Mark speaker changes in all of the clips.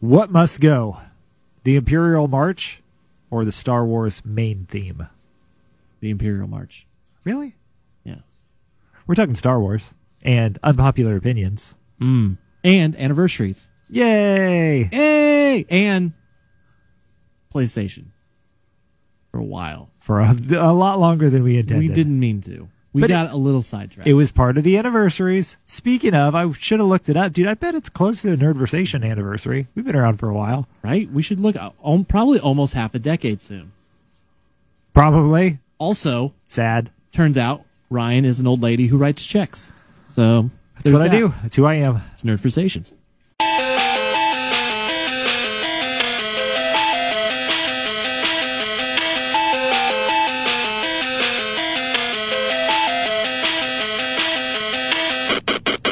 Speaker 1: What must go? The Imperial March or the Star Wars main theme?
Speaker 2: The Imperial March.
Speaker 1: Really?
Speaker 2: Yeah.
Speaker 1: We're talking Star Wars and unpopular opinions.
Speaker 2: Mm. And anniversaries.
Speaker 1: Yay!
Speaker 2: Hey! And PlayStation. For a while.
Speaker 1: For a, a lot longer than we intended.
Speaker 2: We didn't mean to. We
Speaker 1: But it-
Speaker 2: got a little sidetracked.
Speaker 1: It was part of the anniversaries. Speaking of, I should have looked it up, dude. I bet it's close to the Nerdversation anniversary. We've been around for a while,
Speaker 2: right? We should look uh, um, probably almost half a decade soon.
Speaker 1: probably.
Speaker 2: Also,
Speaker 1: Sad.
Speaker 2: turns out Ryan is an old lady who writes checks. So
Speaker 1: That's what I do. That's who I am.
Speaker 2: It's nerd for station.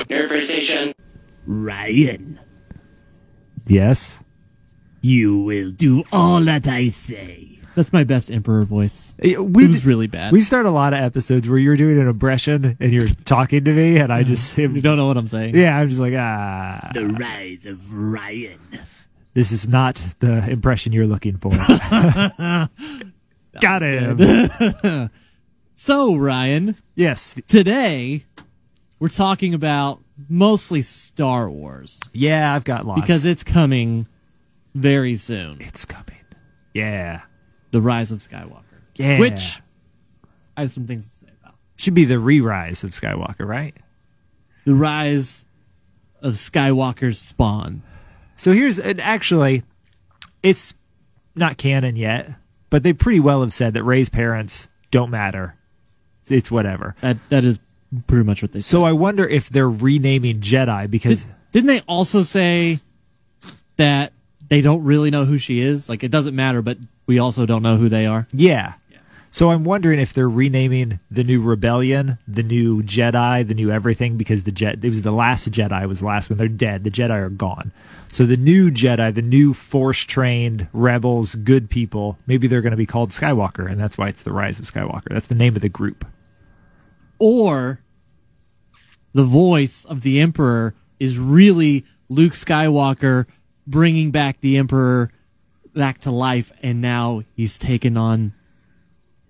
Speaker 3: Nerversation.
Speaker 4: Ryan,
Speaker 1: Yes.
Speaker 4: you will do all that I say.
Speaker 2: That's my best emperor voice.
Speaker 1: It- We
Speaker 2: it was
Speaker 1: d-
Speaker 2: really bad.
Speaker 1: we start a lot of episodes where you're doing an impression and you're talking to me, and I
Speaker 2: Mm-hmm.
Speaker 1: just
Speaker 2: you don't know what I'm saying.
Speaker 1: yeah, I'm just like ah,
Speaker 4: The rise of Ryan.
Speaker 1: this is not the impression you're looking for. Got him.
Speaker 2: So Ryan,
Speaker 1: Yes.
Speaker 2: today we're talking about mostly Star Wars
Speaker 1: Yeah, I've got lots
Speaker 2: because it's coming very soon.
Speaker 1: it's coming. Yeah.
Speaker 2: The Rise of Skywalker.
Speaker 1: Yeah.
Speaker 2: Which I have some things to say about.
Speaker 1: should be the re-rise of Skywalker, right?
Speaker 2: The Rise of Skywalker's spawn.
Speaker 1: So here's and actually, it's not canon yet, but they pretty well have said that Ray's parents don't matter. It's whatever.
Speaker 2: That that is pretty much what they
Speaker 1: So I wonder if they're renaming Jedi because
Speaker 2: Didn't they also say that they don't really know who she is? Like it doesn't matter, but we also don't know who they are.
Speaker 1: yeah. So I'm wondering if they're renaming the new rebellion, the new Jedi, the new everything because the jet it was the last Jedi was the last one. They're dead. The Jedi are gone. So the new Jedi, the new force trained rebels, good people, maybe they're going to be called Skywalker and that's why it's the Rise of Skywalker. That's the name of the group.
Speaker 2: Or the voice of the Emperor is really Luke Skywalker bringing back the Emperor back to life, and now he's taken on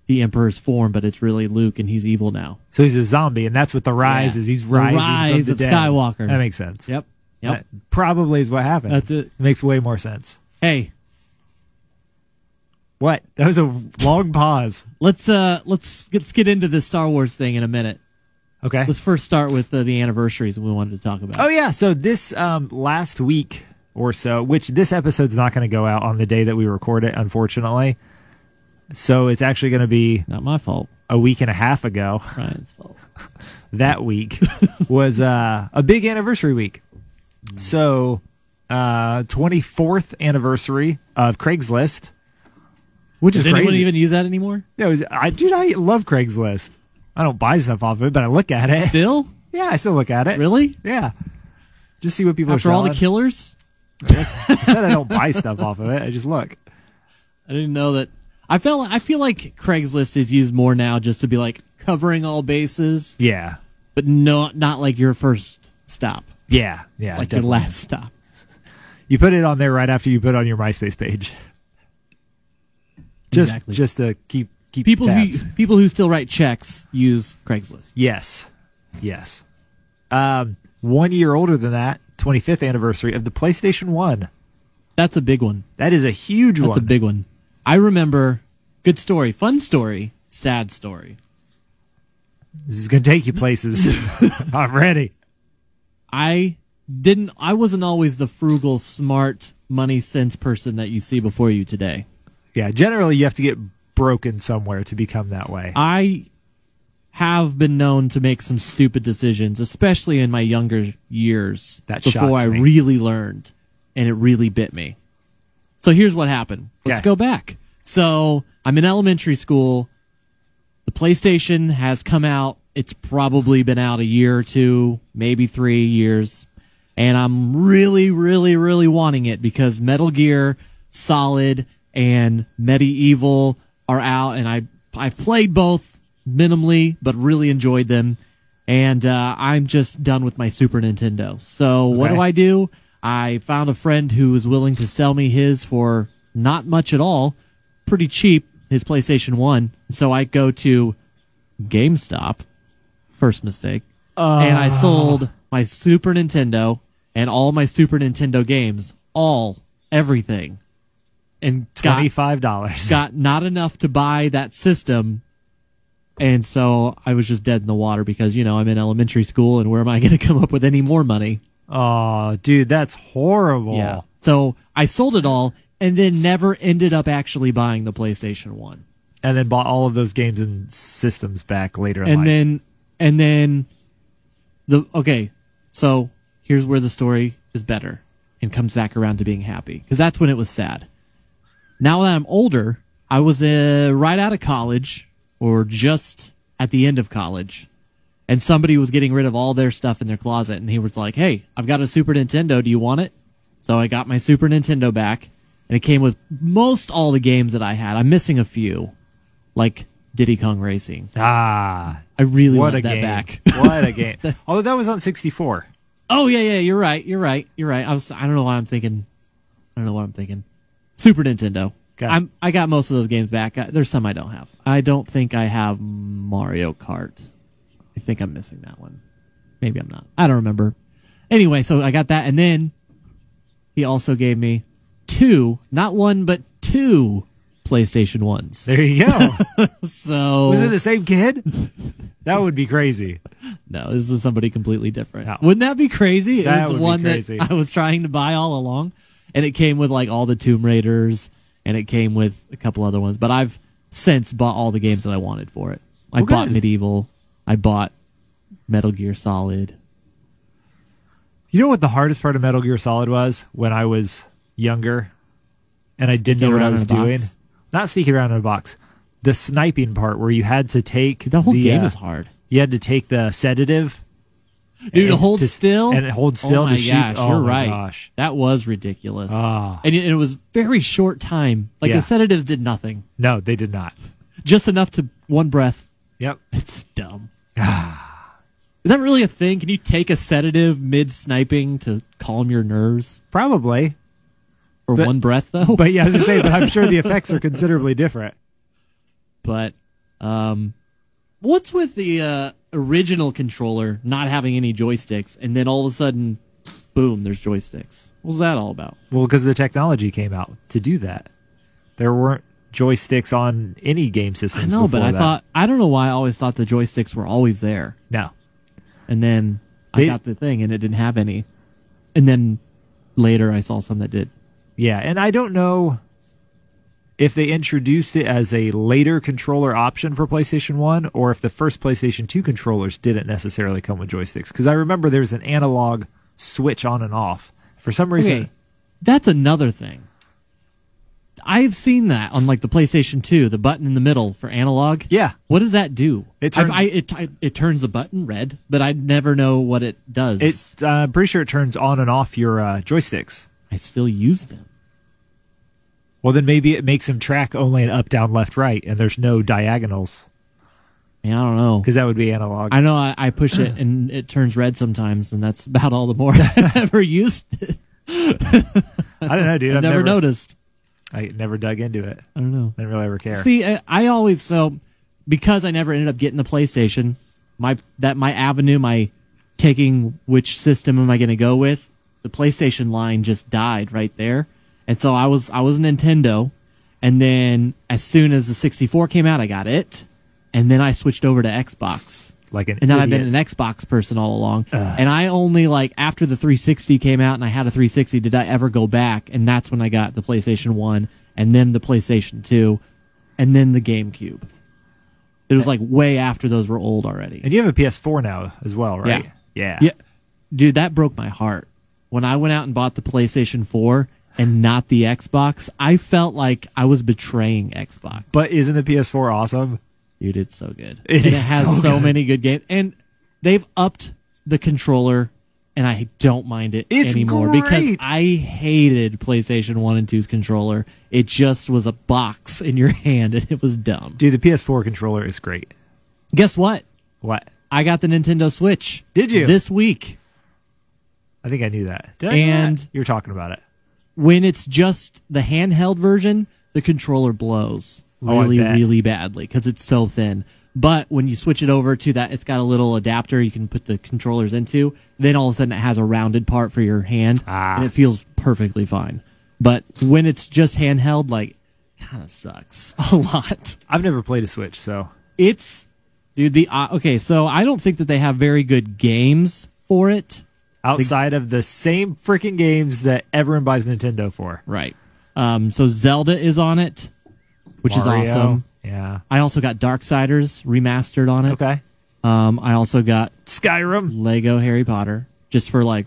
Speaker 2: the Emperor's form, but it's really Luke, and he's evil now.
Speaker 1: So he's a zombie, and that's what the rise
Speaker 2: Yeah.
Speaker 1: is. He's
Speaker 2: The
Speaker 1: rising from
Speaker 2: rise
Speaker 1: the
Speaker 2: of
Speaker 1: dead.
Speaker 2: Skywalker.
Speaker 1: That makes sense.
Speaker 2: Yep. Yep.
Speaker 1: That probably is what happened.
Speaker 2: That's it.
Speaker 1: Makes way more sense.
Speaker 2: hey,
Speaker 1: What? That was a long pause.
Speaker 2: let's uh let's let's get into this Star Wars thing in a minute.
Speaker 1: Okay.
Speaker 2: Let's first start with uh, the anniversaries we wanted to talk about.
Speaker 1: Oh yeah. So this um, last week or so, which this episode's not going to go out on the day that we record it, unfortunately. So it's actually going to be
Speaker 2: Not my fault.
Speaker 1: a week and a half ago.
Speaker 2: Ryan's fault.
Speaker 1: that week was uh, a big anniversary week. So, uh, 24th anniversary of Craigslist, which
Speaker 2: Does
Speaker 1: is
Speaker 2: anyone
Speaker 1: crazy.
Speaker 2: even use that anymore?
Speaker 1: yeah, it was, I, dude, I love Craigslist. I don't buy stuff off of it, but I look at it.
Speaker 2: Still?
Speaker 1: Yeah, I still look at it.
Speaker 2: Really?
Speaker 1: Yeah. Just see what people
Speaker 2: After
Speaker 1: are
Speaker 2: all
Speaker 1: selling.
Speaker 2: the killers?
Speaker 1: I said I don't buy stuff off of it. I just look.
Speaker 2: I didn't know that. I felt I feel like Craigslist is used more now just to be like covering all bases,
Speaker 1: Yeah.
Speaker 2: but not not like your first stop,
Speaker 1: Yeah. Yeah.
Speaker 2: like
Speaker 1: definitely.
Speaker 2: your last stop.
Speaker 1: You put it on there right after you put it on your MySpace page. Just
Speaker 2: Exactly.
Speaker 1: just to keep keep
Speaker 2: People
Speaker 1: tabs.
Speaker 2: who people who still write checks use Craigslist.
Speaker 1: Yes. Yes. Um, one year older than that, 25th anniversary of the PlayStation 1.
Speaker 2: That's a big one.
Speaker 1: That is a huge
Speaker 2: That's
Speaker 1: one.
Speaker 2: a big one. I remember. Good story, fun story, sad story.
Speaker 1: this is going to take you places. I'm ready.
Speaker 2: I didn't I wasn't always the frugal, smart, money sense person that you see before you today.
Speaker 1: Yeah, generally you have to get broken somewhere to become that way.
Speaker 2: Uh, I have been known to make some stupid decisions, especially in my younger years
Speaker 1: That
Speaker 2: before
Speaker 1: shocks
Speaker 2: I
Speaker 1: me.
Speaker 2: really learned and it really bit me. So here's what happened. Let's
Speaker 1: Okay.
Speaker 2: go back. So I'm in elementary school. The PlayStation has come out. It's probably been out a year or two, maybe three years. And I'm really, really, really wanting it because Metal Gear Solid and Medieval are out. And I, I've played both minimally, but really enjoyed them. And uh, I'm just done with my Super Nintendo. So what
Speaker 1: Okay.
Speaker 2: do I do? I found a friend who was willing to sell me his for not much at all, pretty cheap, his PlayStation 1. So I go to GameStop, first mistake, and I sold my Super Nintendo and all my Super Nintendo games, all, everything, and got
Speaker 1: Twenty five dollars.
Speaker 2: got not enough to buy that system. And so I was just dead in the water because, you know, I'm in elementary school and where am I going to come up with any more money?
Speaker 1: Oh, dude, that's horrible.
Speaker 2: Yeah. So I sold it all and then never ended up actually buying the PlayStation 1.
Speaker 1: And then bought all of those games and systems back later. in
Speaker 2: and
Speaker 1: life.
Speaker 2: then and then the okay so here's where the story is better and comes back around to being happy because that's when it was sad now that i'm older i was uh, right out of college or just at the end of college and somebody was getting rid of all their stuff in their closet and he was like hey i've got a super nintendo do you want it so i got my super nintendo back and it came with most all the games that i had i'm missing a few like diddy kong racing
Speaker 1: ah,
Speaker 2: I really
Speaker 1: what
Speaker 2: want
Speaker 1: a
Speaker 2: that
Speaker 1: game!
Speaker 2: back.
Speaker 1: what a game! Although that was on sixty four.
Speaker 2: Oh yeah, yeah, you're right, you're right, you're right. I was, I don't know why I'm thinking, I don't know what I'm thinking. Super Nintendo.
Speaker 1: Got it.
Speaker 2: I'm, I got most of those games back. I, there's some I don't have. I don't think I have Mario Kart. I think I'm missing that one. Maybe I'm not. I don't remember. Anyway, so I got that, and then he also gave me two, not one, but two PlayStation ones.
Speaker 1: There you go.
Speaker 2: So
Speaker 1: was it the same kid? That would be crazy.
Speaker 2: No, this is somebody completely different.
Speaker 1: No.
Speaker 2: Wouldn't that be crazy? It
Speaker 1: That
Speaker 2: was
Speaker 1: would
Speaker 2: the
Speaker 1: be
Speaker 2: one
Speaker 1: crazy.
Speaker 2: that I was trying to buy all along, and it came with like all the Tomb Raiders, and it came with a couple other ones. But I've since bought all the games that I wanted for it. I
Speaker 1: Well,
Speaker 2: bought
Speaker 1: good.
Speaker 2: Medieval. I bought Metal Gear Solid.
Speaker 1: You know what the hardest part of Metal Gear Solid was when I was younger, and I didn't
Speaker 2: Sneaking
Speaker 1: know what I
Speaker 2: around
Speaker 1: was
Speaker 2: in a
Speaker 1: doing.
Speaker 2: box?
Speaker 1: Not sneaking around in a box. The sniping part where you had to take
Speaker 2: The whole game
Speaker 1: uh,
Speaker 2: is hard.
Speaker 1: You had to take the sedative.
Speaker 2: Dude,
Speaker 1: and
Speaker 2: hold
Speaker 1: to-
Speaker 2: still
Speaker 1: and hold still
Speaker 2: Oh
Speaker 1: to
Speaker 2: my
Speaker 1: shoot.
Speaker 2: gosh,
Speaker 1: Oh
Speaker 2: you're
Speaker 1: my
Speaker 2: right.
Speaker 1: gosh.
Speaker 2: That was ridiculous.
Speaker 1: Ah.
Speaker 2: And, it, and it was very short time. Like
Speaker 1: Yeah.
Speaker 2: the sedatives did nothing,
Speaker 1: No, they did not.
Speaker 2: just enough to one breath
Speaker 1: Yep.
Speaker 2: It's dumb.
Speaker 1: Ah.
Speaker 2: Is that really a thing? Can you take a sedative mid sniping to calm your nerves
Speaker 1: Probably.
Speaker 2: for
Speaker 1: But-
Speaker 2: one breath, though?
Speaker 1: But yeah, I was going to say, but I'm sure the effects are considerably different.
Speaker 2: But, um, what's with the uh, original controller not having any joysticks, and then all of a sudden, boom, there's joysticks? What was that all about?
Speaker 1: Well, because the technology came out to do that. There weren't joysticks on any game systems.
Speaker 2: I know, but
Speaker 1: before
Speaker 2: I
Speaker 1: that.
Speaker 2: thought I don't know why I always thought the joysticks were always there,
Speaker 1: no.
Speaker 2: and then
Speaker 1: They-
Speaker 2: I got the thing and it didn't have any, and then later I saw some that did.
Speaker 1: Yeah, and I don't know if they introduced it as a later controller option for PlayStation 1 or if the first PlayStation 2 controllers didn't necessarily come with joysticks cuz I remember there's an analog switch on and off. For some reason,
Speaker 2: Okay, that's another thing. I've seen that on like the PlayStation 2, the button in the middle for analog.
Speaker 1: Yeah.
Speaker 2: What does that do?
Speaker 1: It
Speaker 2: I've-
Speaker 1: turns-
Speaker 2: I, it, I, it turns the button red, but I never know what it does.
Speaker 1: it's uh, I'm pretty sure it turns on and off your uh, joysticks.
Speaker 2: I still use them.
Speaker 1: Well, then maybe it makes them track only an up, down, left, right, and there's no diagonals
Speaker 2: I, mean, I don't know.
Speaker 1: because that would be analog.
Speaker 2: I know I, I push it and it turns red sometimes, and that's about all the more I've ever used it.
Speaker 1: I don't know, dude.
Speaker 2: I've
Speaker 1: I've
Speaker 2: never, noticed.
Speaker 1: I never dug into it.
Speaker 2: I don't know.
Speaker 1: I didn't really ever care.
Speaker 2: See, I, I always so because I never ended up getting the PlayStation. My that my avenue, my taking which system am I going to go with? The PlayStation line just died right there, and so I was I was Nintendo, and then as soon as the 64 came out, I got it, and then I switched over to Xbox.
Speaker 1: like an
Speaker 2: And then I've been
Speaker 1: idiot.
Speaker 2: an Xbox person all along. And I only like after the 360 came out and I had a 360 did I ever go back and that's when I got the PlayStation 1 and then the PlayStation 2 and then the GameCube. It was like way after those were old already.
Speaker 1: And you have a PS4 now as well, right?
Speaker 2: Yeah. Yeah. Dude, that broke my heart. When I went out and bought the PlayStation 4 and not the Xbox, I felt like I was betraying Xbox.
Speaker 1: But isn't the PS4 awesome?
Speaker 2: Dude, it's so good.
Speaker 1: It
Speaker 2: and
Speaker 1: is
Speaker 2: it has
Speaker 1: so
Speaker 2: so, many good games. And they've upped the controller and I don't mind it
Speaker 1: It's
Speaker 2: anymore because
Speaker 1: great.
Speaker 2: I hated PlayStation 1 and 2's controller. It just was a box in your hand and it was dumb.
Speaker 1: Dude, the PS4 controller is great.
Speaker 2: Guess what?
Speaker 1: What?
Speaker 2: I got the Nintendo Switch.
Speaker 1: Did you?
Speaker 2: This week.
Speaker 1: I think I knew that. Did I know
Speaker 2: And-
Speaker 1: that? you were talking about it.
Speaker 2: When it's just the handheld version, the controller blows
Speaker 1: Oh, I
Speaker 2: really,
Speaker 1: bet.
Speaker 2: really badly because it's so thin. But when you switch it over to that, it's got a little adapter you can put the controllers into. Then all of a sudden, it has a rounded part for your hand,
Speaker 1: Ah.
Speaker 2: and it feels perfectly fine. But when it's just handheld, like kind of sucks a lot.
Speaker 1: I've never played a Switch, so
Speaker 2: It's dude the uh, okay. So I don't think that they have very good games for it.
Speaker 1: outside of the same freaking games that everyone buys Nintendo for,
Speaker 2: Right. Um, so Zelda is on it, which
Speaker 1: Mario.
Speaker 2: is awesome.
Speaker 1: Yeah.
Speaker 2: I also got Darksiders remastered on it.
Speaker 1: Okay.
Speaker 2: Um, I also got
Speaker 1: Skyrim.
Speaker 2: Lego Harry Potter just for like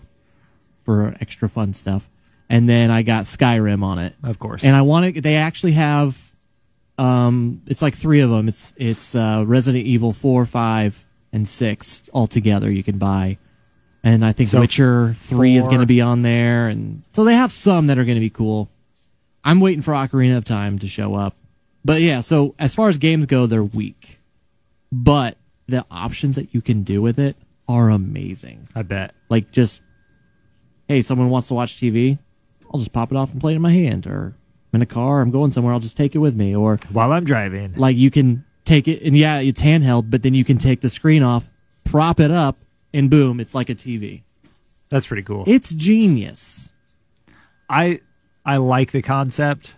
Speaker 2: for extra fun stuff. And then I got Skyrim on it.
Speaker 1: Of course.
Speaker 2: And I want to they actually have um it's like 3 of them. It's it's uh Resident Evil 4, 5 and 6 all together you can buy. And I think
Speaker 1: So
Speaker 2: Witcher 3 is
Speaker 1: four-
Speaker 2: going to be on there and so they have some that are going to be cool. I'm waiting for Ocarina of Time to show up. But yeah, so as far as games go, they're weak. But the options that you can do with it are amazing.
Speaker 1: I bet.
Speaker 2: Like just, hey, someone wants to watch TV, I'll just pop it off and play it in my hand, or I'm in a car, I'm going somewhere, I'll just take it with me, or
Speaker 1: While I'm driving.
Speaker 2: like you can take it and yeah, it's handheld, but then you can take the screen off, prop it up, and boom, it's like a TV.
Speaker 1: That's pretty cool.
Speaker 2: It's genius.
Speaker 1: I I like the concept,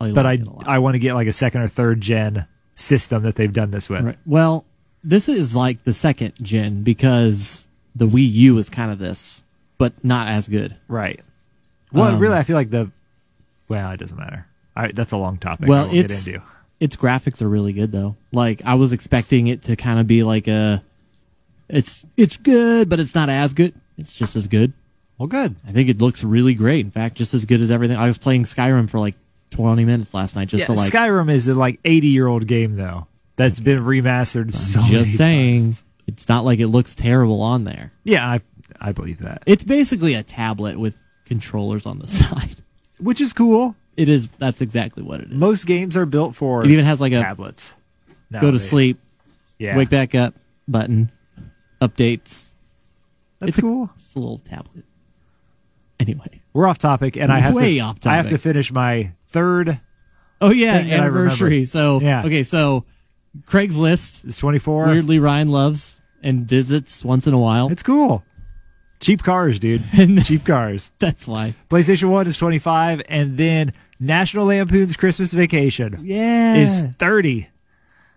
Speaker 2: I
Speaker 1: but
Speaker 2: Oh, like
Speaker 1: I
Speaker 2: it a lot.
Speaker 1: I want to get like a second or third gen system that they've done this with.
Speaker 2: Right. Well, this is like the second gen because the Wii U is kind of this, but not as good.
Speaker 1: Right. Well, really, I feel like the. Well, it doesn't matter. All right, that's a long topic. I
Speaker 2: Well,
Speaker 1: won't
Speaker 2: it's
Speaker 1: get into.
Speaker 2: its graphics are really good though. Like I was expecting it to kind of be like a, it's it's good, but it's not as good. It's just as good.
Speaker 1: Well, good.
Speaker 2: I think it looks really great. In fact, just as good as everything. I was playing Skyrim for like twenty minutes last night just
Speaker 1: Yeah,
Speaker 2: to like.
Speaker 1: Skyrim is a like eighty year old game though that's been remastered. so many
Speaker 2: just saying,
Speaker 1: times.
Speaker 2: it's not like it looks terrible on there.
Speaker 1: Yeah, I I believe that,
Speaker 2: It's basically a tablet with controllers on the side.
Speaker 1: which is cool.
Speaker 2: It is. That's exactly what it is.
Speaker 1: Most games are built for.
Speaker 2: It even has like a
Speaker 1: tablets.
Speaker 2: go to
Speaker 1: nowadays.
Speaker 2: sleep,
Speaker 1: Yeah,
Speaker 2: wake back up button, updates.
Speaker 1: That's
Speaker 2: it's a-
Speaker 1: cool.
Speaker 2: It's a little tablet. Anyway.
Speaker 1: We're off topic, and I have
Speaker 2: Way
Speaker 1: to.
Speaker 2: off
Speaker 1: I have to
Speaker 2: topic.
Speaker 1: finish my third.
Speaker 2: Oh yeah,
Speaker 1: thing that I
Speaker 2: anniversary.
Speaker 1: remember.
Speaker 2: So
Speaker 1: Yeah.
Speaker 2: okay, so Craigslist
Speaker 1: It's twenty four.
Speaker 2: weirdly Ryan loves and visits once in a while.
Speaker 1: It's cool. Cheap cars, dude.
Speaker 2: And-
Speaker 1: Cheap cars.
Speaker 2: That's why.
Speaker 1: PlayStation One is twenty five, and then National Lampoon's Christmas Vacation
Speaker 2: Yeah.
Speaker 1: is thirty.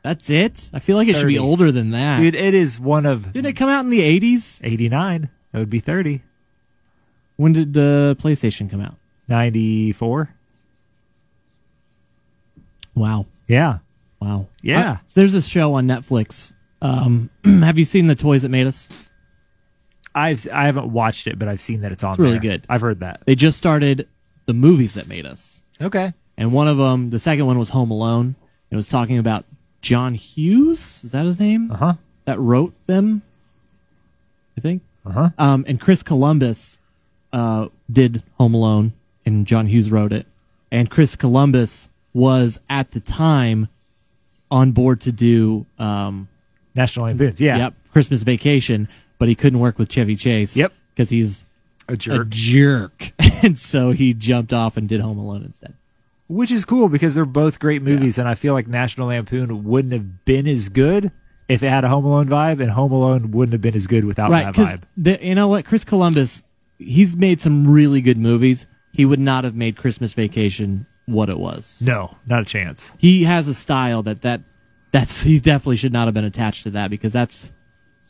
Speaker 2: That's it. I feel like it should be
Speaker 1: 30.
Speaker 2: older than that.
Speaker 1: Dude, it is one of
Speaker 2: Didn't it come out in the 80s?
Speaker 1: eighty nine. That would be thirty.
Speaker 2: When did the PlayStation come out?
Speaker 1: Ninety four.
Speaker 2: Wow.
Speaker 1: Yeah.
Speaker 2: Wow.
Speaker 1: Yeah.
Speaker 2: Uh, there's a show on Netflix. Um, have you seen The Toys That Made Us?
Speaker 1: I've I haven't watched it, but I've seen that it's on.
Speaker 2: It's really
Speaker 1: there.
Speaker 2: good.
Speaker 1: I've heard that.
Speaker 2: They just started the movies that made us.
Speaker 1: Okay.
Speaker 2: And one of them, the second one was Home Alone. It was talking about John Hughes. Is that his name?
Speaker 1: Uh huh.
Speaker 2: That wrote them, I think.
Speaker 1: Uh huh.
Speaker 2: Um, and Chris Columbus uh, did Home Alone, and John Hughes wrote it. And Chris Columbus was at the time on board to do um,
Speaker 1: National Lampoon's. Yeah.
Speaker 2: yep Christmas Vacation, but he couldn't work with Chevy Chase.
Speaker 1: Yep.
Speaker 2: because he's
Speaker 1: A jerk.
Speaker 2: a jerk, and so he jumped off and did Home Alone instead.
Speaker 1: which is cool because they're both great movies, and I feel like National Lampoon wouldn't have been as good if it had a Home Alone vibe, and Home Alone wouldn't have been as good without
Speaker 2: right
Speaker 1: that
Speaker 2: because
Speaker 1: vibe.
Speaker 2: you know what chris columbus he's made some really good movies he would not have made christmas vacation what it was
Speaker 1: No, not a chance.
Speaker 2: he has a style that that that's he definitely should not have been attached to that because that's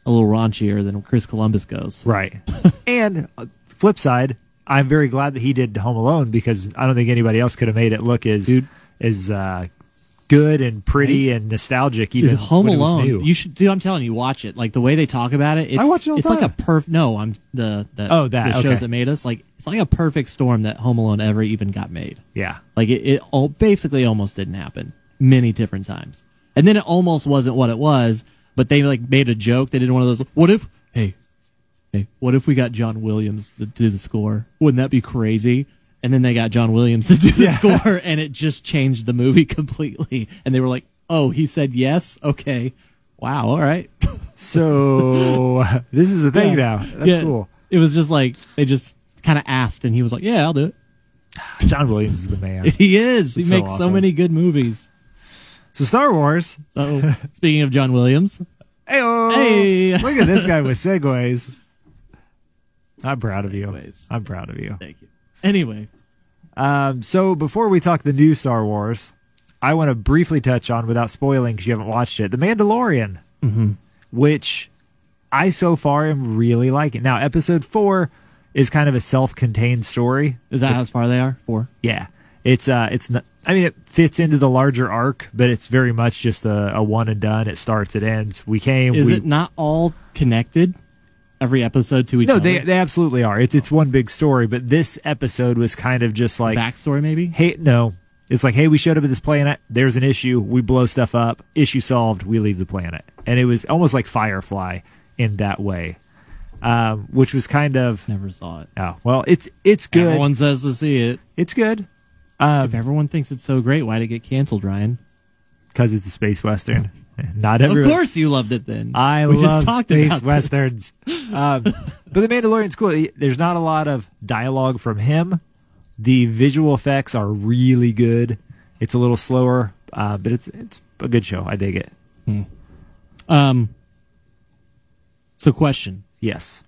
Speaker 2: a little raunchier than chris columbus goes
Speaker 1: Right. and uh, flip side, I'm very glad that he did Home Alone because I don't think anybody else could have made it look as
Speaker 2: Dude.
Speaker 1: as uh, good and pretty and nostalgic. Even
Speaker 2: Dude, Home
Speaker 1: when it was
Speaker 2: Alone.
Speaker 1: new.
Speaker 2: You should, dude. I'm telling you, watch it. Like the way they talk about it, it's
Speaker 1: watch it all the
Speaker 2: it's like
Speaker 1: time.
Speaker 2: a perf. No, I'm the, the
Speaker 1: Oh, that,
Speaker 2: the shows
Speaker 1: okay.
Speaker 2: that made us. Like it's like a perfect storm that Home Alone ever even got made.
Speaker 1: yeah.
Speaker 2: Like it, it all basically almost didn't happen many different times. And then it almost wasn't what it was, but they like made a joke. They did one of those. What if? Hey, hey, what if we got John Williams to do the score? Wouldn't that be crazy? And then they got John Williams to do the score, and it just changed the movie completely. And they were like, "Oh, he said yes. Okay, wow, all right."
Speaker 1: So this is the thing now.
Speaker 2: Yeah.
Speaker 1: That's
Speaker 2: Yeah.
Speaker 1: cool.
Speaker 2: It was just like they just kind of asked, and he was like, "Yeah, I'll do it."
Speaker 1: John Williams is the man.
Speaker 2: He is. He
Speaker 1: That's so
Speaker 2: makes so,
Speaker 1: awesome.
Speaker 2: many good movies.
Speaker 1: So Star Wars.
Speaker 2: So speaking of John Williams,
Speaker 1: Ayo!
Speaker 2: Hey.
Speaker 1: Look at this guy with segues. I'm proud of you.
Speaker 2: Segues.
Speaker 1: I'm proud of you.
Speaker 2: thank you. Anyway,
Speaker 1: Um, so before we talk the new Star Wars, I want to briefly touch on, without spoiling, because you haven't watched it, The Mandalorian,
Speaker 2: Mm-hmm.
Speaker 1: which I so far am really liking. Now, episode four is kind of a self-contained story.
Speaker 2: is that how far they are? Four.
Speaker 1: Yeah, it's uh, it's not. I mean, it fits into the larger arc, but it's very much just a, a one and done. It starts, it ends. We came.
Speaker 2: Is
Speaker 1: we,
Speaker 2: it not all connected? Every episode to each
Speaker 1: No,
Speaker 2: other.
Speaker 1: they they absolutely are. It's it's one big story, but this episode was kind of just like
Speaker 2: backstory maybe.
Speaker 1: hey, no. It's like, hey, we showed up at this planet. There's an issue. We blow stuff up. Issue solved. We leave the planet. And it was almost like Firefly in that way, um, which was kind of
Speaker 2: Never saw it.
Speaker 1: oh well, it's it's good.
Speaker 2: Everyone says to see it.
Speaker 1: It's good
Speaker 2: If everyone thinks it's so great, why did it get canceled, Ryan?
Speaker 1: because it's a space western. Not
Speaker 2: Of
Speaker 1: everyone.
Speaker 2: course you loved it then.
Speaker 1: I
Speaker 2: we
Speaker 1: love
Speaker 2: just talked
Speaker 1: space
Speaker 2: about this.
Speaker 1: westerns. Um, but The Mandalorian's cool. There's not a lot of dialogue from him. The visual effects are really good. It's a little slower, uh, but it's it's a good show. I dig it.
Speaker 2: Um. So, question:
Speaker 1: Yes.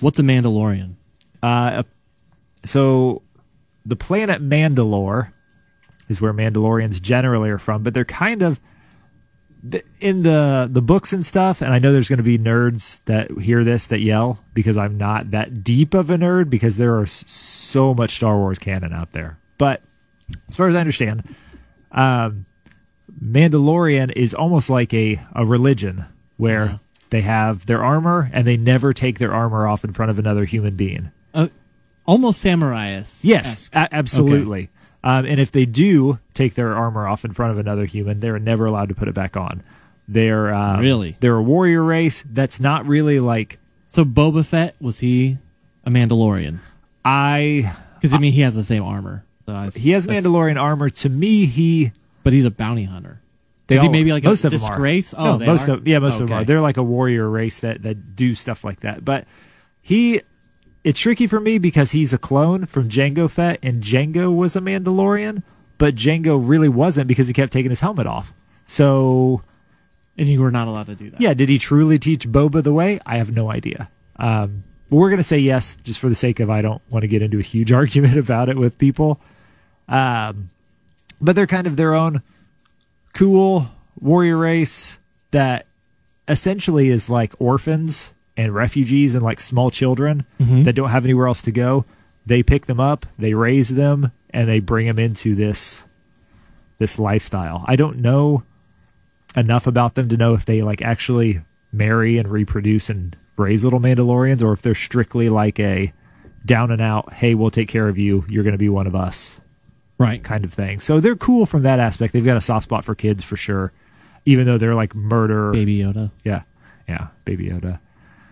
Speaker 2: What's a Mandalorian?
Speaker 1: Uh, so the planet Mandalore is where Mandalorians generally are from, but they're kind of th- in the the books and stuff. And I know there's going to be nerds that hear this that yell because I'm not that deep of a nerd because there are s- so much Star Wars canon out there. But as far as I understand, um, Mandalorian is almost like a, a religion where they have their armor and they never take their armor off in front of another human being.
Speaker 2: Uh, almost samurai.
Speaker 1: Yes, a- absolutely. Um, and if they do take their armor off in front of another human, they're never allowed to put it back on. They're um,
Speaker 2: Really?
Speaker 1: they're a warrior race that's not really like
Speaker 2: So Boba Fett was he a Mandalorian?
Speaker 1: I.
Speaker 2: Because I mean, he has the same armor. So I,
Speaker 1: He has Mandalorian armor. To me, he
Speaker 2: but he's a bounty hunter.
Speaker 1: they
Speaker 2: Is he
Speaker 1: all-
Speaker 2: maybe like a
Speaker 1: most of them are.
Speaker 2: disgrace?
Speaker 1: no,
Speaker 2: Oh, they
Speaker 1: most
Speaker 2: are?
Speaker 1: of yeah, most of them
Speaker 2: Okay.
Speaker 1: are. They're like a warrior race that that do stuff like that. But he, it's tricky for me because he's a clone from Django Fett, and Django was a Mandalorian, but Django really wasn't because he kept taking his helmet off. So
Speaker 2: And you were not allowed to do that.
Speaker 1: yeah, did he truly teach Boba the way? I have no idea. Um, but we're gonna say yes, just for the sake of I don't want to get into a huge argument about it with people. Um, but they're kind of their own cool warrior race that essentially is like orphans and refugees and like small children that don't have anywhere else to go. They pick them up, they raise them, and they bring them into this this lifestyle. I don't know enough about them to know if they like actually marry and reproduce and raise little Mandalorians or if they're strictly like a down and out, hey, we'll take care of you, you're going to be one of us
Speaker 2: Right.
Speaker 1: kind of thing. So they're cool from that aspect. They've got a soft spot for kids for sure, even though they're like murder.
Speaker 2: Baby Yoda.
Speaker 1: Yeah. Yeah. Baby Yoda.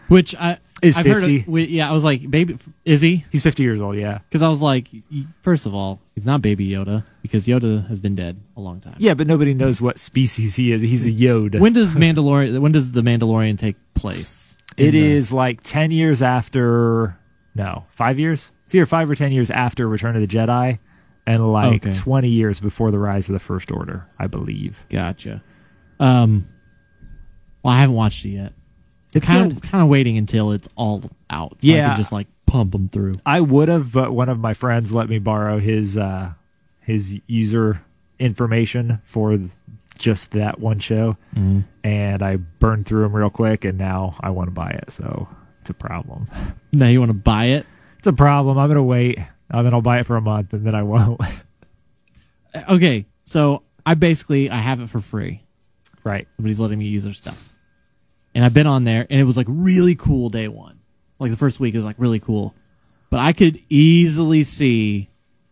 Speaker 2: Which I
Speaker 1: Is
Speaker 2: I've heard.
Speaker 1: 50.
Speaker 2: Of, we- yeah, I was like, baby, is he?
Speaker 1: He's 50 years old. Yeah.
Speaker 2: Because I was like, y- first of all, he's not Baby Yoda because Yoda has been dead a long time.
Speaker 1: Yeah, but nobody knows what species he is. He's a Yoda.
Speaker 2: When does Mandalorian? When does the Mandalorian take place?
Speaker 1: It is like 10 years after, no, five years? It's either five or 10 years after Return of the Jedi and like
Speaker 2: Okay.
Speaker 1: 20 years before the rise of the First Order, I believe.
Speaker 2: Gotcha. Um. Well, I haven't watched it yet.
Speaker 1: It's
Speaker 2: kind
Speaker 1: good.
Speaker 2: of kind of waiting until it's all out. So I
Speaker 1: Yeah.
Speaker 2: can just like pump them through.
Speaker 1: I would have, but one of my friends let me borrow his uh, his user information for th- just that one show, and I burned through him real quick, and now I want to buy it. So it's a problem.
Speaker 2: Now you want to buy it?
Speaker 1: It's a problem. I'm gonna wait, and then I'll buy it for a month, and then I won't.
Speaker 2: Uh, Okay, so I basically I have it for free.
Speaker 1: right?
Speaker 2: Somebody's letting me use their stuff, and I've been on there, and it was like really cool day one. Like the first week is like really cool, but I could easily see,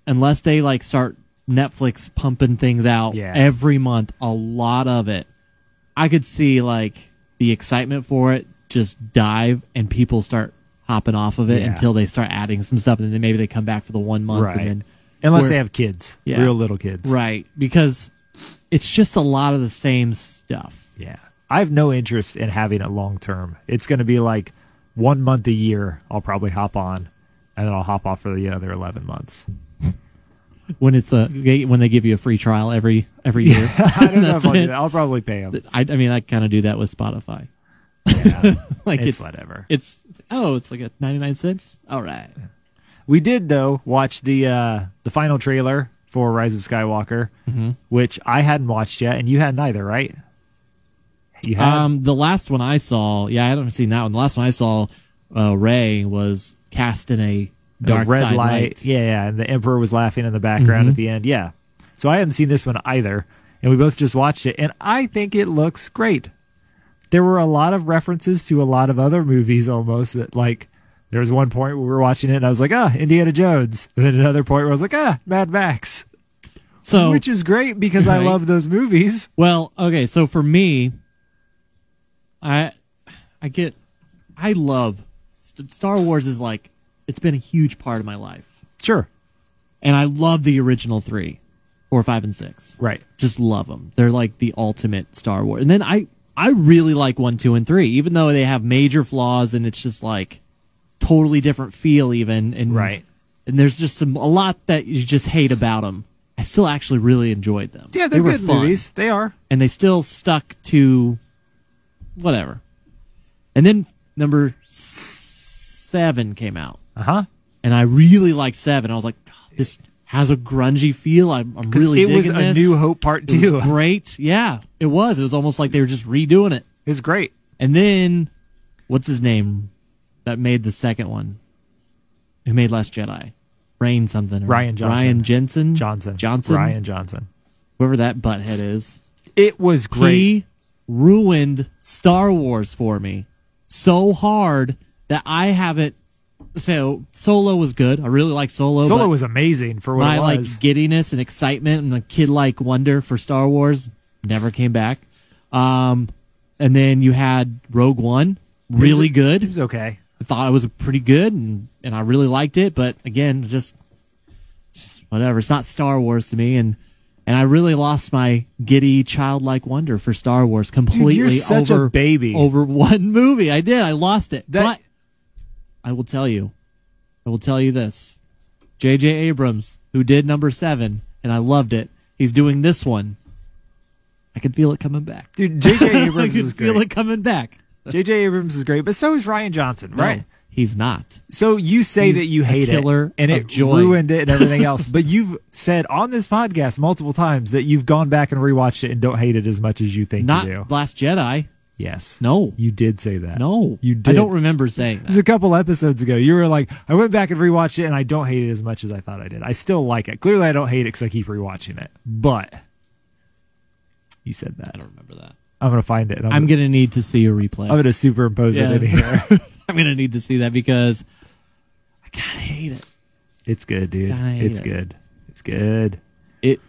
Speaker 2: unless they like start Netflix pumping things out
Speaker 1: Yeah.
Speaker 2: every month, a lot of it. I could see like the excitement for it just dive and people start hopping off of it
Speaker 1: Yeah.
Speaker 2: until they start adding some stuff and then maybe they come back for the one month
Speaker 1: Right.
Speaker 2: and then
Speaker 1: Unless
Speaker 2: Where-
Speaker 1: they have kids,
Speaker 2: Yeah.
Speaker 1: real little kids,
Speaker 2: right because it's just a lot of the same stuff.
Speaker 1: Yeah. I have no interest in having it long term. It's going to be like one month a year, I'll probably hop on, and then I'll hop off for the other eleven months.
Speaker 2: when it's a they, when they give you a free trial every every year.
Speaker 1: I don't know if I'll do that. I'll probably pay them.
Speaker 2: I, I mean, I kind of do that with Spotify. like
Speaker 1: It's
Speaker 2: it's,
Speaker 1: whatever.
Speaker 2: it's oh, it's like a ninety nine cents. All right,
Speaker 1: We did though watch the uh, the final trailer for Rise of Skywalker,
Speaker 2: Mm-hmm.
Speaker 1: which I hadn't watched yet, and you hadn't either, right? You had.
Speaker 2: Um, the last one I saw, yeah, I haven't seen that one. The last one I saw, uh, Ray was cast in a
Speaker 1: the
Speaker 2: dark
Speaker 1: red
Speaker 2: side Mm-hmm.
Speaker 1: light. Yeah, yeah, and the emperor was laughing in the background at the end. Yeah, so I hadn't seen this one either, and we both just watched it, and I think it looks great. There were a lot of references to a lot of other movies, almost that like there was one point where we were watching it, and I was like, ah, Indiana Jones, and then another point where I was like, ah, Mad Max,
Speaker 2: So,
Speaker 1: which is great because I
Speaker 2: Oh. Right.
Speaker 1: love those movies.
Speaker 2: well, okay, so for me, I, I get, I love St- Star Wars is like it's been a huge part of my life,
Speaker 1: Sure,
Speaker 2: and I love the original three, four, five, and six.
Speaker 1: right.
Speaker 2: just love them. They're like the ultimate Star Wars. And then I I really like one, two, and three, even though they have major flaws and it's just like totally different feel, even and
Speaker 1: Right.
Speaker 2: And there's just some a lot that you just hate about them. I still actually really enjoyed them.
Speaker 1: Yeah,
Speaker 2: They
Speaker 1: they're
Speaker 2: were
Speaker 1: good
Speaker 2: fun
Speaker 1: movies. They are.
Speaker 2: and they still stuck to whatever. And then number s- seven came out,
Speaker 1: Uh huh.
Speaker 2: and I really liked seven. I was like, "Oh, this has a grungy feel. I'm, I'm really
Speaker 1: it was
Speaker 2: digging
Speaker 1: a
Speaker 2: this.
Speaker 1: New Hope Part
Speaker 2: It
Speaker 1: Two.
Speaker 2: was great. Yeah, it was. It was almost like they were just redoing it.
Speaker 1: It was great.
Speaker 2: And then, what's his name that made the second one? Who made Last Jedi? Rain something. or-
Speaker 1: Ryan Johnson.
Speaker 2: Ryan Jensen.
Speaker 1: Johnson.
Speaker 2: Johnson.
Speaker 1: Ryan Johnson.
Speaker 2: Whoever that butthead is.
Speaker 1: It was great.
Speaker 2: He ruined Star Wars for me so hard that I haven't. So Solo was good. I really like Solo.
Speaker 1: Solo
Speaker 2: but
Speaker 1: was amazing for what
Speaker 2: my
Speaker 1: it was.
Speaker 2: like giddiness and excitement and the kid like wonder for Star Wars never came back. Um, and then you had Rogue One, really
Speaker 1: it
Speaker 2: good.
Speaker 1: was okay.
Speaker 2: I thought it was pretty good, and and I really liked it. But again, just, just whatever. It's not Star Wars to me, and and I really lost my giddy childlike wonder for Star Wars completely
Speaker 1: such a
Speaker 2: over
Speaker 1: baby.
Speaker 2: over one movie. I did. I lost it.
Speaker 1: That-
Speaker 2: but I will tell you, I will tell you this: J.J. Abrams, who did number seven, and I loved it. He's doing this one. I can feel it coming back.
Speaker 1: Dude, J.J.
Speaker 2: I
Speaker 1: Abrams
Speaker 2: can
Speaker 1: is
Speaker 2: feel it
Speaker 1: great.
Speaker 2: coming back.
Speaker 1: J.J. Abrams is great, but so is Ryan Johnson, right?
Speaker 2: No, he's not.
Speaker 1: So you say that you
Speaker 2: a
Speaker 1: hate it
Speaker 2: killer
Speaker 1: and
Speaker 2: of
Speaker 1: it
Speaker 2: joy.
Speaker 1: ruined it and everything else, but you've said on this podcast multiple times that you've gone back and rewatched it and don't hate it as much as you think
Speaker 2: Not
Speaker 1: you do.
Speaker 2: Last Jedi.
Speaker 1: Yes.
Speaker 2: No.
Speaker 1: You did say that.
Speaker 2: No,
Speaker 1: You did.
Speaker 2: I don't remember saying
Speaker 1: It was
Speaker 2: that.
Speaker 1: a couple episodes ago. You were like, I went back and rewatched it and I don't hate it as much as I thought I did. I still like it. Clearly, I don't hate it because I keep rewatching it, but you said that.
Speaker 2: I don't remember that.
Speaker 1: I'm going to find it. and
Speaker 2: I'm gonna need to see a replay.
Speaker 1: I'm gonna superimpose
Speaker 2: Yeah.
Speaker 1: it in here.
Speaker 2: I'm gonna need to see that because I kind of hate it.
Speaker 1: It's good, dude.
Speaker 2: I hate
Speaker 1: It's
Speaker 2: it.
Speaker 1: good. It's good.
Speaker 2: It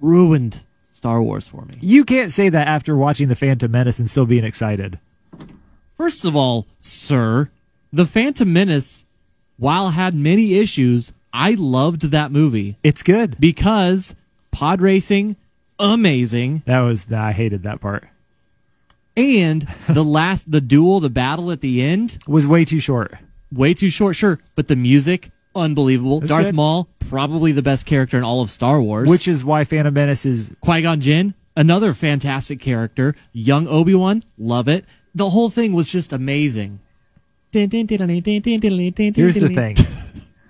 Speaker 2: ruined Star Wars for me.
Speaker 1: You can't say that after watching The Phantom Menace and still being excited.
Speaker 2: First of all, sir, The Phantom Menace, while had many issues, I loved that movie
Speaker 1: It's good.
Speaker 2: because pod racing, amazing,
Speaker 1: That was nah, I hated that part.
Speaker 2: and the last the duel, the battle at the end,
Speaker 1: It was way too short.
Speaker 2: way too short, sure, but the music, unbelievable. Darth
Speaker 1: good.
Speaker 2: Maul, probably the best character in all of Star Wars.
Speaker 1: Which is why Phantom Menace is
Speaker 2: Qui Gon Jinn, another fantastic character. Young Obi Wan, love it. The whole thing was just amazing. Here's
Speaker 1: here's the
Speaker 2: the
Speaker 1: thing.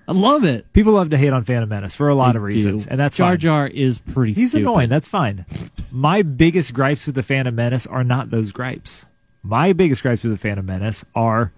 Speaker 2: I love it.
Speaker 1: People love to hate on Phantom Menace for a lot of reasons.
Speaker 2: Dude,
Speaker 1: And that's
Speaker 2: Jar
Speaker 1: fine.
Speaker 2: Jar is pretty.
Speaker 1: He's
Speaker 2: stupid.
Speaker 1: annoying. That's fine. My biggest gripes with the Phantom Menace are not those gripes. My biggest gripes with the Phantom Menace are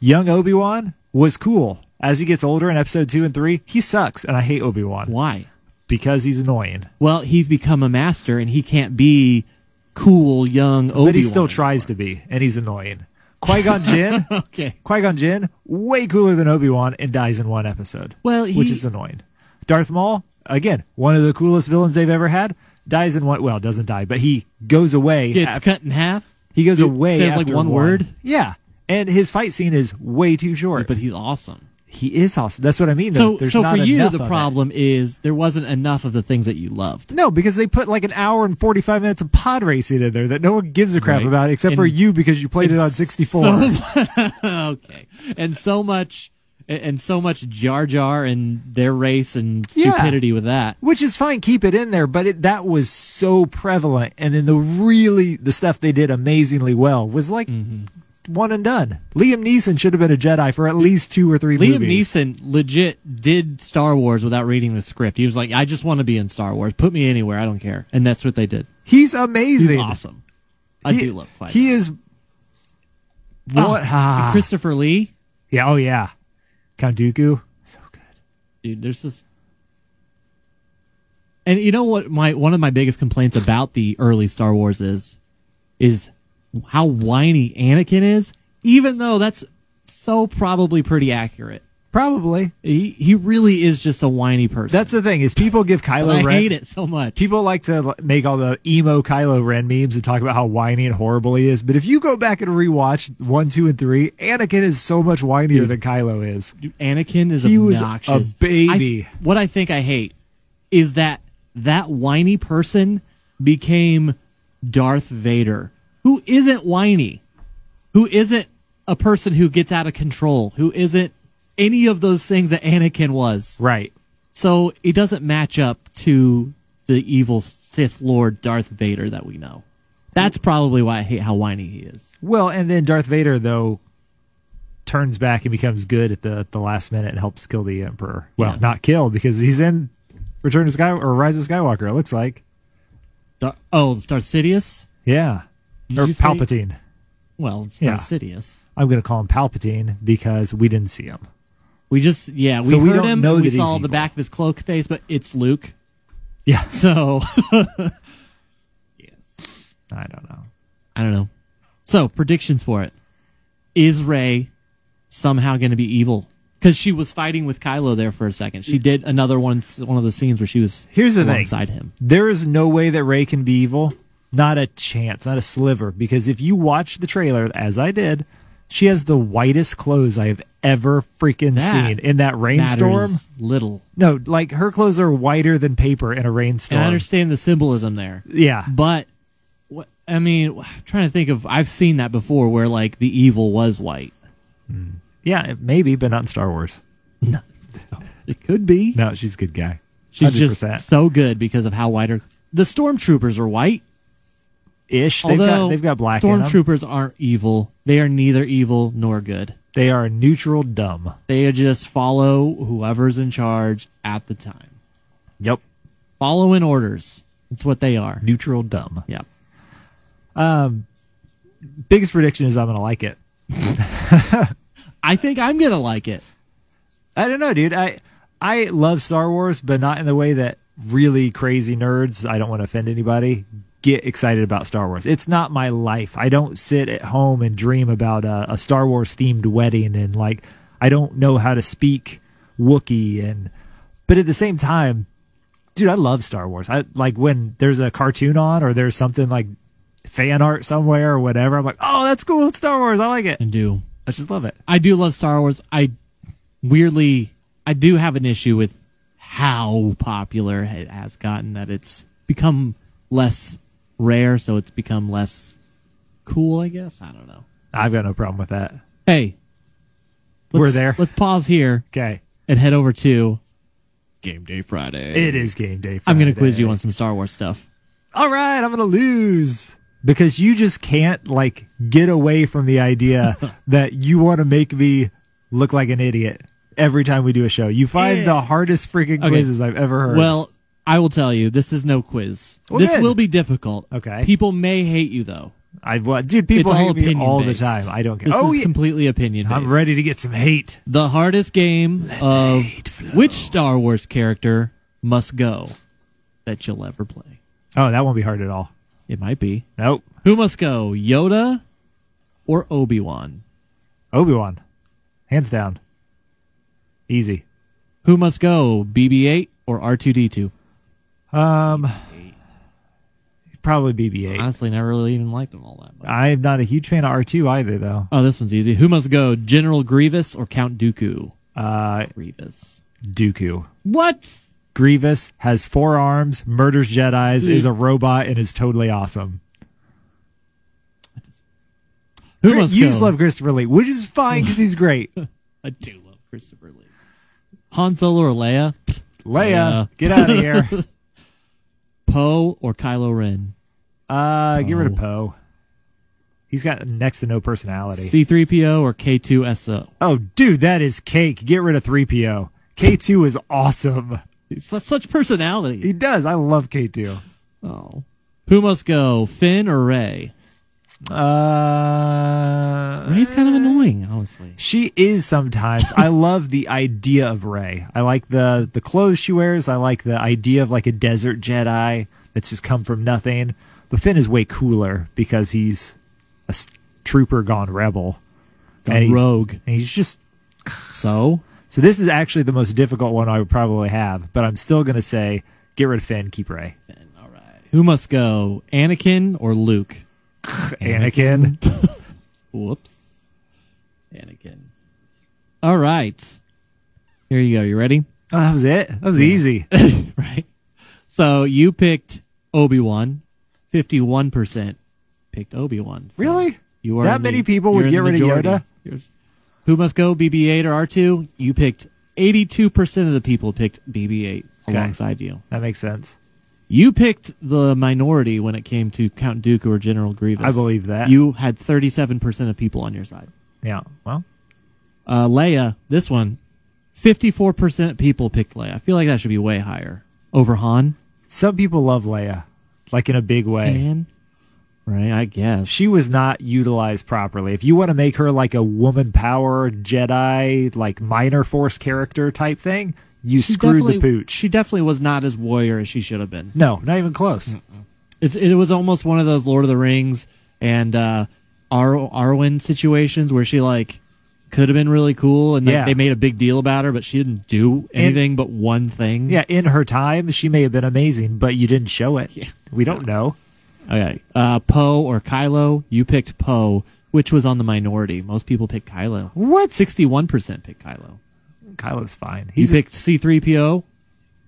Speaker 1: young Obi Wan was cool. As he gets older in episode two and three, he sucks, and I hate Obi Wan
Speaker 2: Why?
Speaker 1: because he's annoying.
Speaker 2: Well, he's become a master, and he can't be cool young Obi Wan.
Speaker 1: But he still tries to be, and he's annoying. Qui Gon Jinn,
Speaker 2: Okay.
Speaker 1: Qui Gon Jinn, way cooler than Obi Wan, and dies in one episode.
Speaker 2: Well,
Speaker 1: which
Speaker 2: he-
Speaker 1: is annoying. Darth Maul, again, one of the coolest villains they've ever had, dies in one. Well, doesn't die, but he goes away.
Speaker 2: Gets
Speaker 1: af-
Speaker 2: cut in half,
Speaker 1: He goes
Speaker 2: It
Speaker 1: away.
Speaker 2: says, like,
Speaker 1: after
Speaker 2: one word?
Speaker 1: Yeah, and his fight scene is way too short.
Speaker 2: but he's awesome.
Speaker 1: he is awesome. That's what I mean.
Speaker 2: So,
Speaker 1: Though. There's
Speaker 2: so
Speaker 1: not
Speaker 2: for you,
Speaker 1: enough
Speaker 2: the
Speaker 1: of it.
Speaker 2: problem is there wasn't enough of the things that you loved.
Speaker 1: No, because they put like an hour and 45 minutes of pod racing in there that no one gives a crap
Speaker 2: Right.
Speaker 1: about except
Speaker 2: And
Speaker 1: for you because you played it on
Speaker 2: it's
Speaker 1: 64.
Speaker 2: so okay. And so much, and so much Jar Jar and their race and
Speaker 1: Yeah.
Speaker 2: stupidity with that.
Speaker 1: which is fine keep it in there but it, that was so prevalent and then the really the stuff they did amazingly well was like
Speaker 2: Mm-hmm.
Speaker 1: one and done liam neeson should have been a jedi for at least two or three
Speaker 2: Liam
Speaker 1: movies
Speaker 2: Neeson legit did Star Wars without reading the script. He was like, I just want to be in Star Wars. Put me anywhere. I don't care. And that's what they did.
Speaker 1: he's
Speaker 2: He's
Speaker 1: amazing
Speaker 2: awesome. I
Speaker 1: he,
Speaker 2: do love Qui-Gon.
Speaker 1: he is what
Speaker 2: And Christopher
Speaker 1: Ah,
Speaker 2: Lee.
Speaker 1: yeah oh yeah count dooku so good
Speaker 2: dude there's this and you know what my one of my biggest complaints about the early star wars is is how whiny anakin is even though that's so probably pretty accurate
Speaker 1: probably
Speaker 2: he he really is just a whiny person
Speaker 1: that's the thing is people give kylo
Speaker 2: i
Speaker 1: ren
Speaker 2: hate it so much
Speaker 1: People like to l- make all the emo Kylo Ren memes and talk about how whiny and horrible he is. But if you go back and rewatch one, two, and three, Anakin is so much whinier than Kylo is.
Speaker 2: Dude, Anakin is
Speaker 1: He was a
Speaker 2: obnoxious.
Speaker 1: baby.
Speaker 2: I- what I think I hate is that that whiny person became Darth Vader, who isn't whiny, who isn't a person who gets out of control, who isn't any of those things that Anakin was.
Speaker 1: Right.
Speaker 2: So it doesn't match up to the evil Sith Lord Darth Vader that we know. That's probably why I hate how whiny he is.
Speaker 1: Well, and then Darth Vader though turns back and becomes good at the the last minute and helps kill the Emperor. Well,
Speaker 2: Yeah.
Speaker 1: not kill because he's in Return to Sky or Rise of Skywalker. It looks like.
Speaker 2: Dar- oh, it's Darth Sidious?
Speaker 1: Yeah.
Speaker 2: Did
Speaker 1: or
Speaker 2: you say-
Speaker 1: Palpatine.
Speaker 2: Well, it's Darth Sidious.
Speaker 1: I'm going to call him Palpatine because we didn't see him.
Speaker 2: We just yeah, we
Speaker 1: So we
Speaker 2: heard
Speaker 1: don't
Speaker 2: him.
Speaker 1: know
Speaker 2: we
Speaker 1: that he's
Speaker 2: saw the
Speaker 1: evil.
Speaker 2: back of his cloak face, but it's Luke.
Speaker 1: Yeah.
Speaker 2: So
Speaker 1: I don't know.
Speaker 2: I don't know. So predictions for it: Is Ray somehow going to be evil? Because she was fighting with Kylo there for a second. She did another one, one of the scenes where she was
Speaker 1: Here's the thing.
Speaker 2: alongside him.
Speaker 1: There is no way that Ray can be evil. Not a chance, not a sliver. Because if you watch the trailer, as I did, she has the whitest clothes I have ever freaking
Speaker 2: That
Speaker 1: seen in that rainstorm.
Speaker 2: Matters little.
Speaker 1: No, like her clothes are whiter than paper in a
Speaker 2: And
Speaker 1: rainstorm.
Speaker 2: I understand the symbolism there.
Speaker 1: Yeah.
Speaker 2: But what I mean, I'm trying to think of I've seen that before, where like the evil was white.
Speaker 1: Yeah, maybe, but not in Star Wars.
Speaker 2: It could be.
Speaker 1: No, she's a good guy.
Speaker 2: She's
Speaker 1: 100%.
Speaker 2: just so good because of how white her. The stormtroopers are white.
Speaker 1: ish. They've
Speaker 2: Although
Speaker 1: got they've got black in 'em.
Speaker 2: stormtroopers aren't evil. They are neither evil nor good.
Speaker 1: They are neutral dumb.
Speaker 2: They just follow whoever's in charge at the time.
Speaker 1: Yep.
Speaker 2: Following orders. That's what they are.
Speaker 1: Neutral dumb.
Speaker 2: Yep.
Speaker 1: Biggest prediction is I'm gonna like it.
Speaker 2: I think I'm gonna like it.
Speaker 1: I don't know, dude. I I love Star Wars, but not in the way that really crazy nerds, I don't want to offend anybody, get excited about Star Wars. It's not my life. I don't sit at home and dream about a, a Star Wars themed wedding and like I don't know how to speak Wookiee and but at the same time, dude, I love Star Wars. I like when there's a cartoon on or there's something like fan art somewhere or whatever, I'm like, Oh, that's cool, it's Star Wars, I like it.
Speaker 2: I do.
Speaker 1: I just love it.
Speaker 2: I do love Star Wars. I weirdly, I do have an issue with how popular it has gotten. That it's become less rare, so it's become less cool. I guess I don't know.
Speaker 1: I've got no problem with that.
Speaker 2: Hey,
Speaker 1: We're
Speaker 2: let's-
Speaker 1: there.
Speaker 2: Let's pause here
Speaker 1: Okay.
Speaker 2: and head over to Game Day Friday.
Speaker 1: It is game day.
Speaker 2: I'm going to
Speaker 1: Friday.
Speaker 2: quiz you on some Star Wars stuff.
Speaker 1: All right, I'm going to lose because you just can't like get away from the idea that you want to make me look like an idiot every time we do a show. You find the hardest freaking
Speaker 2: Okay.
Speaker 1: quizzes I've ever heard.
Speaker 2: Well, I will tell you, this is no quiz.
Speaker 1: Well,
Speaker 2: this
Speaker 1: good.
Speaker 2: will be difficult.
Speaker 1: Okay.
Speaker 2: People may hate you though.
Speaker 1: I well, dude, people
Speaker 2: it's all
Speaker 1: hate me
Speaker 2: opinion
Speaker 1: all
Speaker 2: based.
Speaker 1: the time. I don't care.
Speaker 2: This
Speaker 1: oh,
Speaker 2: is
Speaker 1: yeah.
Speaker 2: completely opinion.
Speaker 1: I'm
Speaker 2: based.
Speaker 1: ready to get some hate.
Speaker 2: The hardest game of which Star Wars character must go that you'll ever play.
Speaker 1: Oh, that won't be hard at all.
Speaker 2: It might be.
Speaker 1: Nope.
Speaker 2: Who must go, Yoda or Obi Wan?
Speaker 1: Obi Wan, hands down. Easy.
Speaker 2: Who must go, BB 8 or R2 D2?
Speaker 1: Um, probably BB-8.
Speaker 2: Honestly, never really even liked them all that much.
Speaker 1: I'm not a huge fan of R2 either, though.
Speaker 2: Oh, this one's easy. Who must go, General Grievous or Count Dooku?
Speaker 1: Uh,
Speaker 2: Grievous.
Speaker 1: Dooku.
Speaker 2: What?
Speaker 1: Grievous has four arms, murders Hmm. Jedi's, is a robot, and is totally awesome.
Speaker 2: Who must
Speaker 1: you
Speaker 2: go?
Speaker 1: just love Christopher Lee, which is fine because he's great.
Speaker 2: I do love Christopher Lee. Han Solo or Leia,
Speaker 1: Leia,
Speaker 2: Yeah.
Speaker 1: get out of here.
Speaker 2: Poe or Kylo Ren,
Speaker 1: Uh, get rid of
Speaker 2: Poe.
Speaker 1: Poe. He's got next to no personality.
Speaker 2: C3PO or K2SO.
Speaker 1: oh, dude, that is cake. Get rid of 3PO. K2 is awesome.
Speaker 2: He's got such personality.
Speaker 1: He does. I love K2.
Speaker 2: Oh. Who must go, Finn or Ray?
Speaker 1: Uh,
Speaker 2: Ray's kind of annoying, honestly.
Speaker 1: She is sometimes. I love the idea of Rey. I like the the clothes she wears. I like the idea of like a desert Jedi that's just come from nothing. But Finn is way cooler because he's a s- trooper gone rebel.
Speaker 2: Gone
Speaker 1: And he-
Speaker 2: rogue.
Speaker 1: And he's just
Speaker 2: So,
Speaker 1: so. This is actually the most difficult one I would probably have. But I'm still gonna say get rid of Finn, keep Rey.
Speaker 2: who must go, Anakin or Luke?
Speaker 1: Anakin.
Speaker 2: Whoops. Anakin. All right. Here you go. You ready?
Speaker 1: Oh, that was it. That was easy.
Speaker 2: right. So you picked Obi Wan. 51% picked Obi Wan. So
Speaker 1: Really?
Speaker 2: You are
Speaker 1: That
Speaker 2: in the-
Speaker 1: many people
Speaker 2: you're
Speaker 1: would
Speaker 2: in
Speaker 1: get
Speaker 2: the
Speaker 1: rid of
Speaker 2: majority.
Speaker 1: Yoda?
Speaker 2: You're- who must go, BB 8 or R2? You picked 82% of the people picked BB 8
Speaker 1: Okay.
Speaker 2: alongside you.
Speaker 1: That makes sense.
Speaker 2: You picked the minority when it came to Count Dooku or General Grievous.
Speaker 1: I believe that.
Speaker 2: You had 37% of people on your side.
Speaker 1: Yeah. Well,
Speaker 2: Uh, Leia, this one, 54% people picked Leia. I feel like that should be way higher. Over Han?
Speaker 1: some people love Leia, like in a big way.
Speaker 2: And, right, I guess.
Speaker 1: she was not utilized properly. If you want to make her like a woman power Jedi, like minor force character type thing, you
Speaker 2: She
Speaker 1: screwed the
Speaker 2: definitely-
Speaker 1: pooch.
Speaker 2: She definitely was not as warrior as she should have been.
Speaker 1: no, not even close.
Speaker 2: It's, it was almost one of those Lord of the Rings and uh, Ar- Arwen situations where she, like, could have been really cool and they,
Speaker 1: Yeah.
Speaker 2: they made a big deal about her, but she didn't do anything but one thing.
Speaker 1: Yeah, in her time, she may have been amazing, but you didn't show it.
Speaker 2: Yeah.
Speaker 1: We don't know.
Speaker 2: Okay. Uh, Poe or Kylo, you picked Poe, which was on the minority. Most people picked Kylo.
Speaker 1: What?
Speaker 2: Sixty-one percent picked Kylo.
Speaker 1: Kylo's fine.
Speaker 2: You
Speaker 1: He's
Speaker 2: picked C three PO.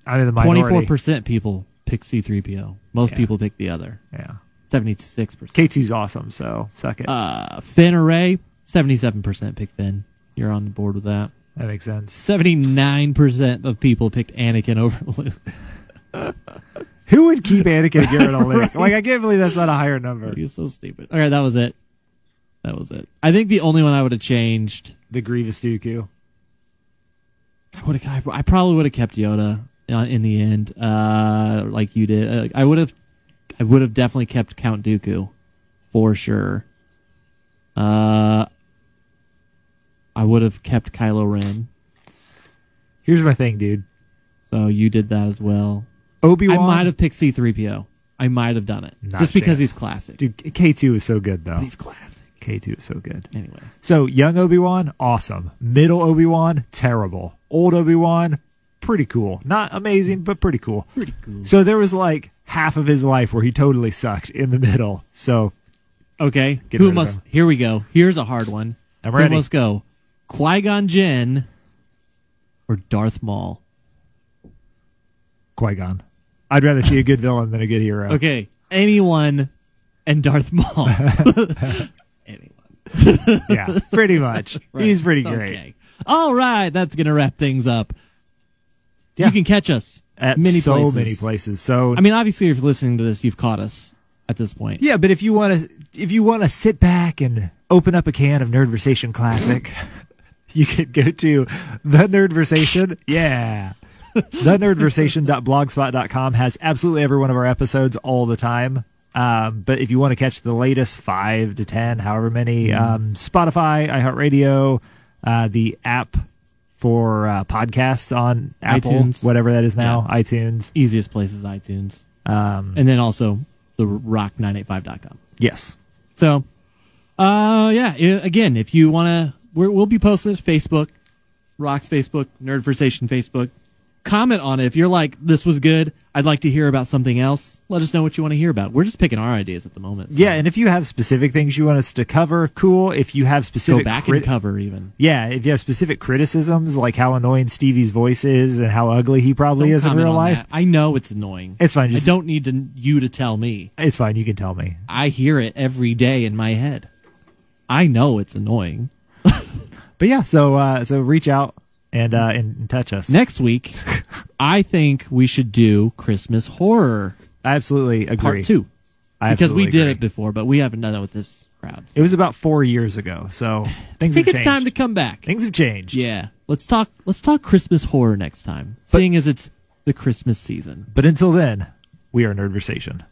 Speaker 1: out of the
Speaker 2: Twenty-four
Speaker 1: minority.
Speaker 2: percent people picked C three PO. Most
Speaker 1: Yeah.
Speaker 2: people picked the other.
Speaker 1: Yeah.
Speaker 2: Seventy-six percent.
Speaker 1: K2's awesome, so suck it.
Speaker 2: Uh, Finn or Ray, seventy-seven percent picked Finn. You're on board with that.
Speaker 1: that makes sense.
Speaker 2: Seventy-nine percent of people picked Anakin over Luke.
Speaker 1: Who would keep Anakin and get rid of Luke? Like, I can't believe that's not a higher number.
Speaker 2: You're so stupid. Okay, that was it. That was it. I think the only one I would have changed
Speaker 1: The Grievous Dooku.
Speaker 2: I would have. I probably would have kept Yoda uh, in the end, uh, like you did. Uh, I would have. I would have definitely kept Count Dooku, for sure. Uh, I would have kept Kylo Ren.
Speaker 1: Here's my thing, dude.
Speaker 2: So you did that as well.
Speaker 1: Obi
Speaker 2: I might
Speaker 1: Wan.
Speaker 2: have picked C three PO. I might have done it
Speaker 1: Not
Speaker 2: just
Speaker 1: a
Speaker 2: because
Speaker 1: chance.
Speaker 2: he's classic.
Speaker 1: Dude, K2 is so good, though.
Speaker 2: He's classic
Speaker 1: K2 is so good.
Speaker 2: anyway.
Speaker 1: So young Obi Wan, awesome. Middle Obi Wan, terrible. Old Obi Wan, pretty cool. Not amazing, but pretty cool.
Speaker 2: Pretty cool.
Speaker 1: So there was like half of his life where he totally sucked in the middle. So
Speaker 2: Okay,
Speaker 1: Get rid
Speaker 2: who
Speaker 1: of
Speaker 2: must?
Speaker 1: him.
Speaker 2: Here we go. Here's a hard one.
Speaker 1: I'm ready.
Speaker 2: Who must go? Qui Gon Jinn or Darth Maul?
Speaker 1: Qui Gon. I'd rather see a good villain than a good hero.
Speaker 2: Okay, anyone and Darth Maul. anyone.
Speaker 1: Yeah, pretty much. He's pretty great.
Speaker 2: Okay. All right, that's gonna wrap things up.
Speaker 1: Yeah.
Speaker 2: You can catch us
Speaker 1: At
Speaker 2: many
Speaker 1: so
Speaker 2: places.
Speaker 1: many places. So
Speaker 2: I mean, obviously, if you're listening to this, you've caught us at this point.
Speaker 1: yeah, but if you want to, if you want to sit back and open up a can of Nerdversation Classic, you can go to the Nerdversation. Yeah, the Nerdversation.blogspot.com has absolutely every one of our episodes all the time. Um, but if you want to catch the latest five to ten, however many, um, Spotify, iHeartRadio, uh, the app for uh, podcasts on Apple,
Speaker 2: iTunes.
Speaker 1: whatever that is now, iTunes.
Speaker 2: Easiest place is iTunes,
Speaker 1: Um,
Speaker 2: and then also the Rock985.com.
Speaker 1: yes,
Speaker 2: So, uh, yeah. i- Again, if you want to, we'll be posting this Facebook, Rocks Facebook, Nerdversation Facebook. Comment on it if you're like, this was good. I'd like to hear about something else. Let us know what you want to hear about. We're just picking our ideas at the moment. so
Speaker 1: Yeah, and if you have specific things you want us to cover, cool. If you have
Speaker 2: go
Speaker 1: specific
Speaker 2: back
Speaker 1: crit-
Speaker 2: and cover even.
Speaker 1: yeah, if you have specific criticisms like how annoying Stevie's voice is and how ugly he probably
Speaker 2: Don't
Speaker 1: is in
Speaker 2: comment
Speaker 1: real
Speaker 2: on
Speaker 1: life,
Speaker 2: that. I know it's annoying.
Speaker 1: It's fine,
Speaker 2: I
Speaker 1: just-
Speaker 2: don't need to, you to tell me.
Speaker 1: it's fine. You can tell me.
Speaker 2: I hear it every day in my head. I know it's annoying.
Speaker 1: But yeah, so uh, so reach out and uh, and, and touch us.
Speaker 2: Next week, I think we should do Christmas horror
Speaker 1: I absolutely agree.
Speaker 2: part two
Speaker 1: I
Speaker 2: because we
Speaker 1: absolutely
Speaker 2: did
Speaker 1: agree.
Speaker 2: it before, but we haven't done it with this crowd.
Speaker 1: It was about four years ago, so
Speaker 2: I
Speaker 1: things
Speaker 2: think
Speaker 1: have changed.
Speaker 2: it's time to come back.
Speaker 1: things have changed.
Speaker 2: Yeah, let's talk. Let's talk Christmas horror next time, seeing as it's the Christmas season.
Speaker 1: But until then, we are Nerdversation.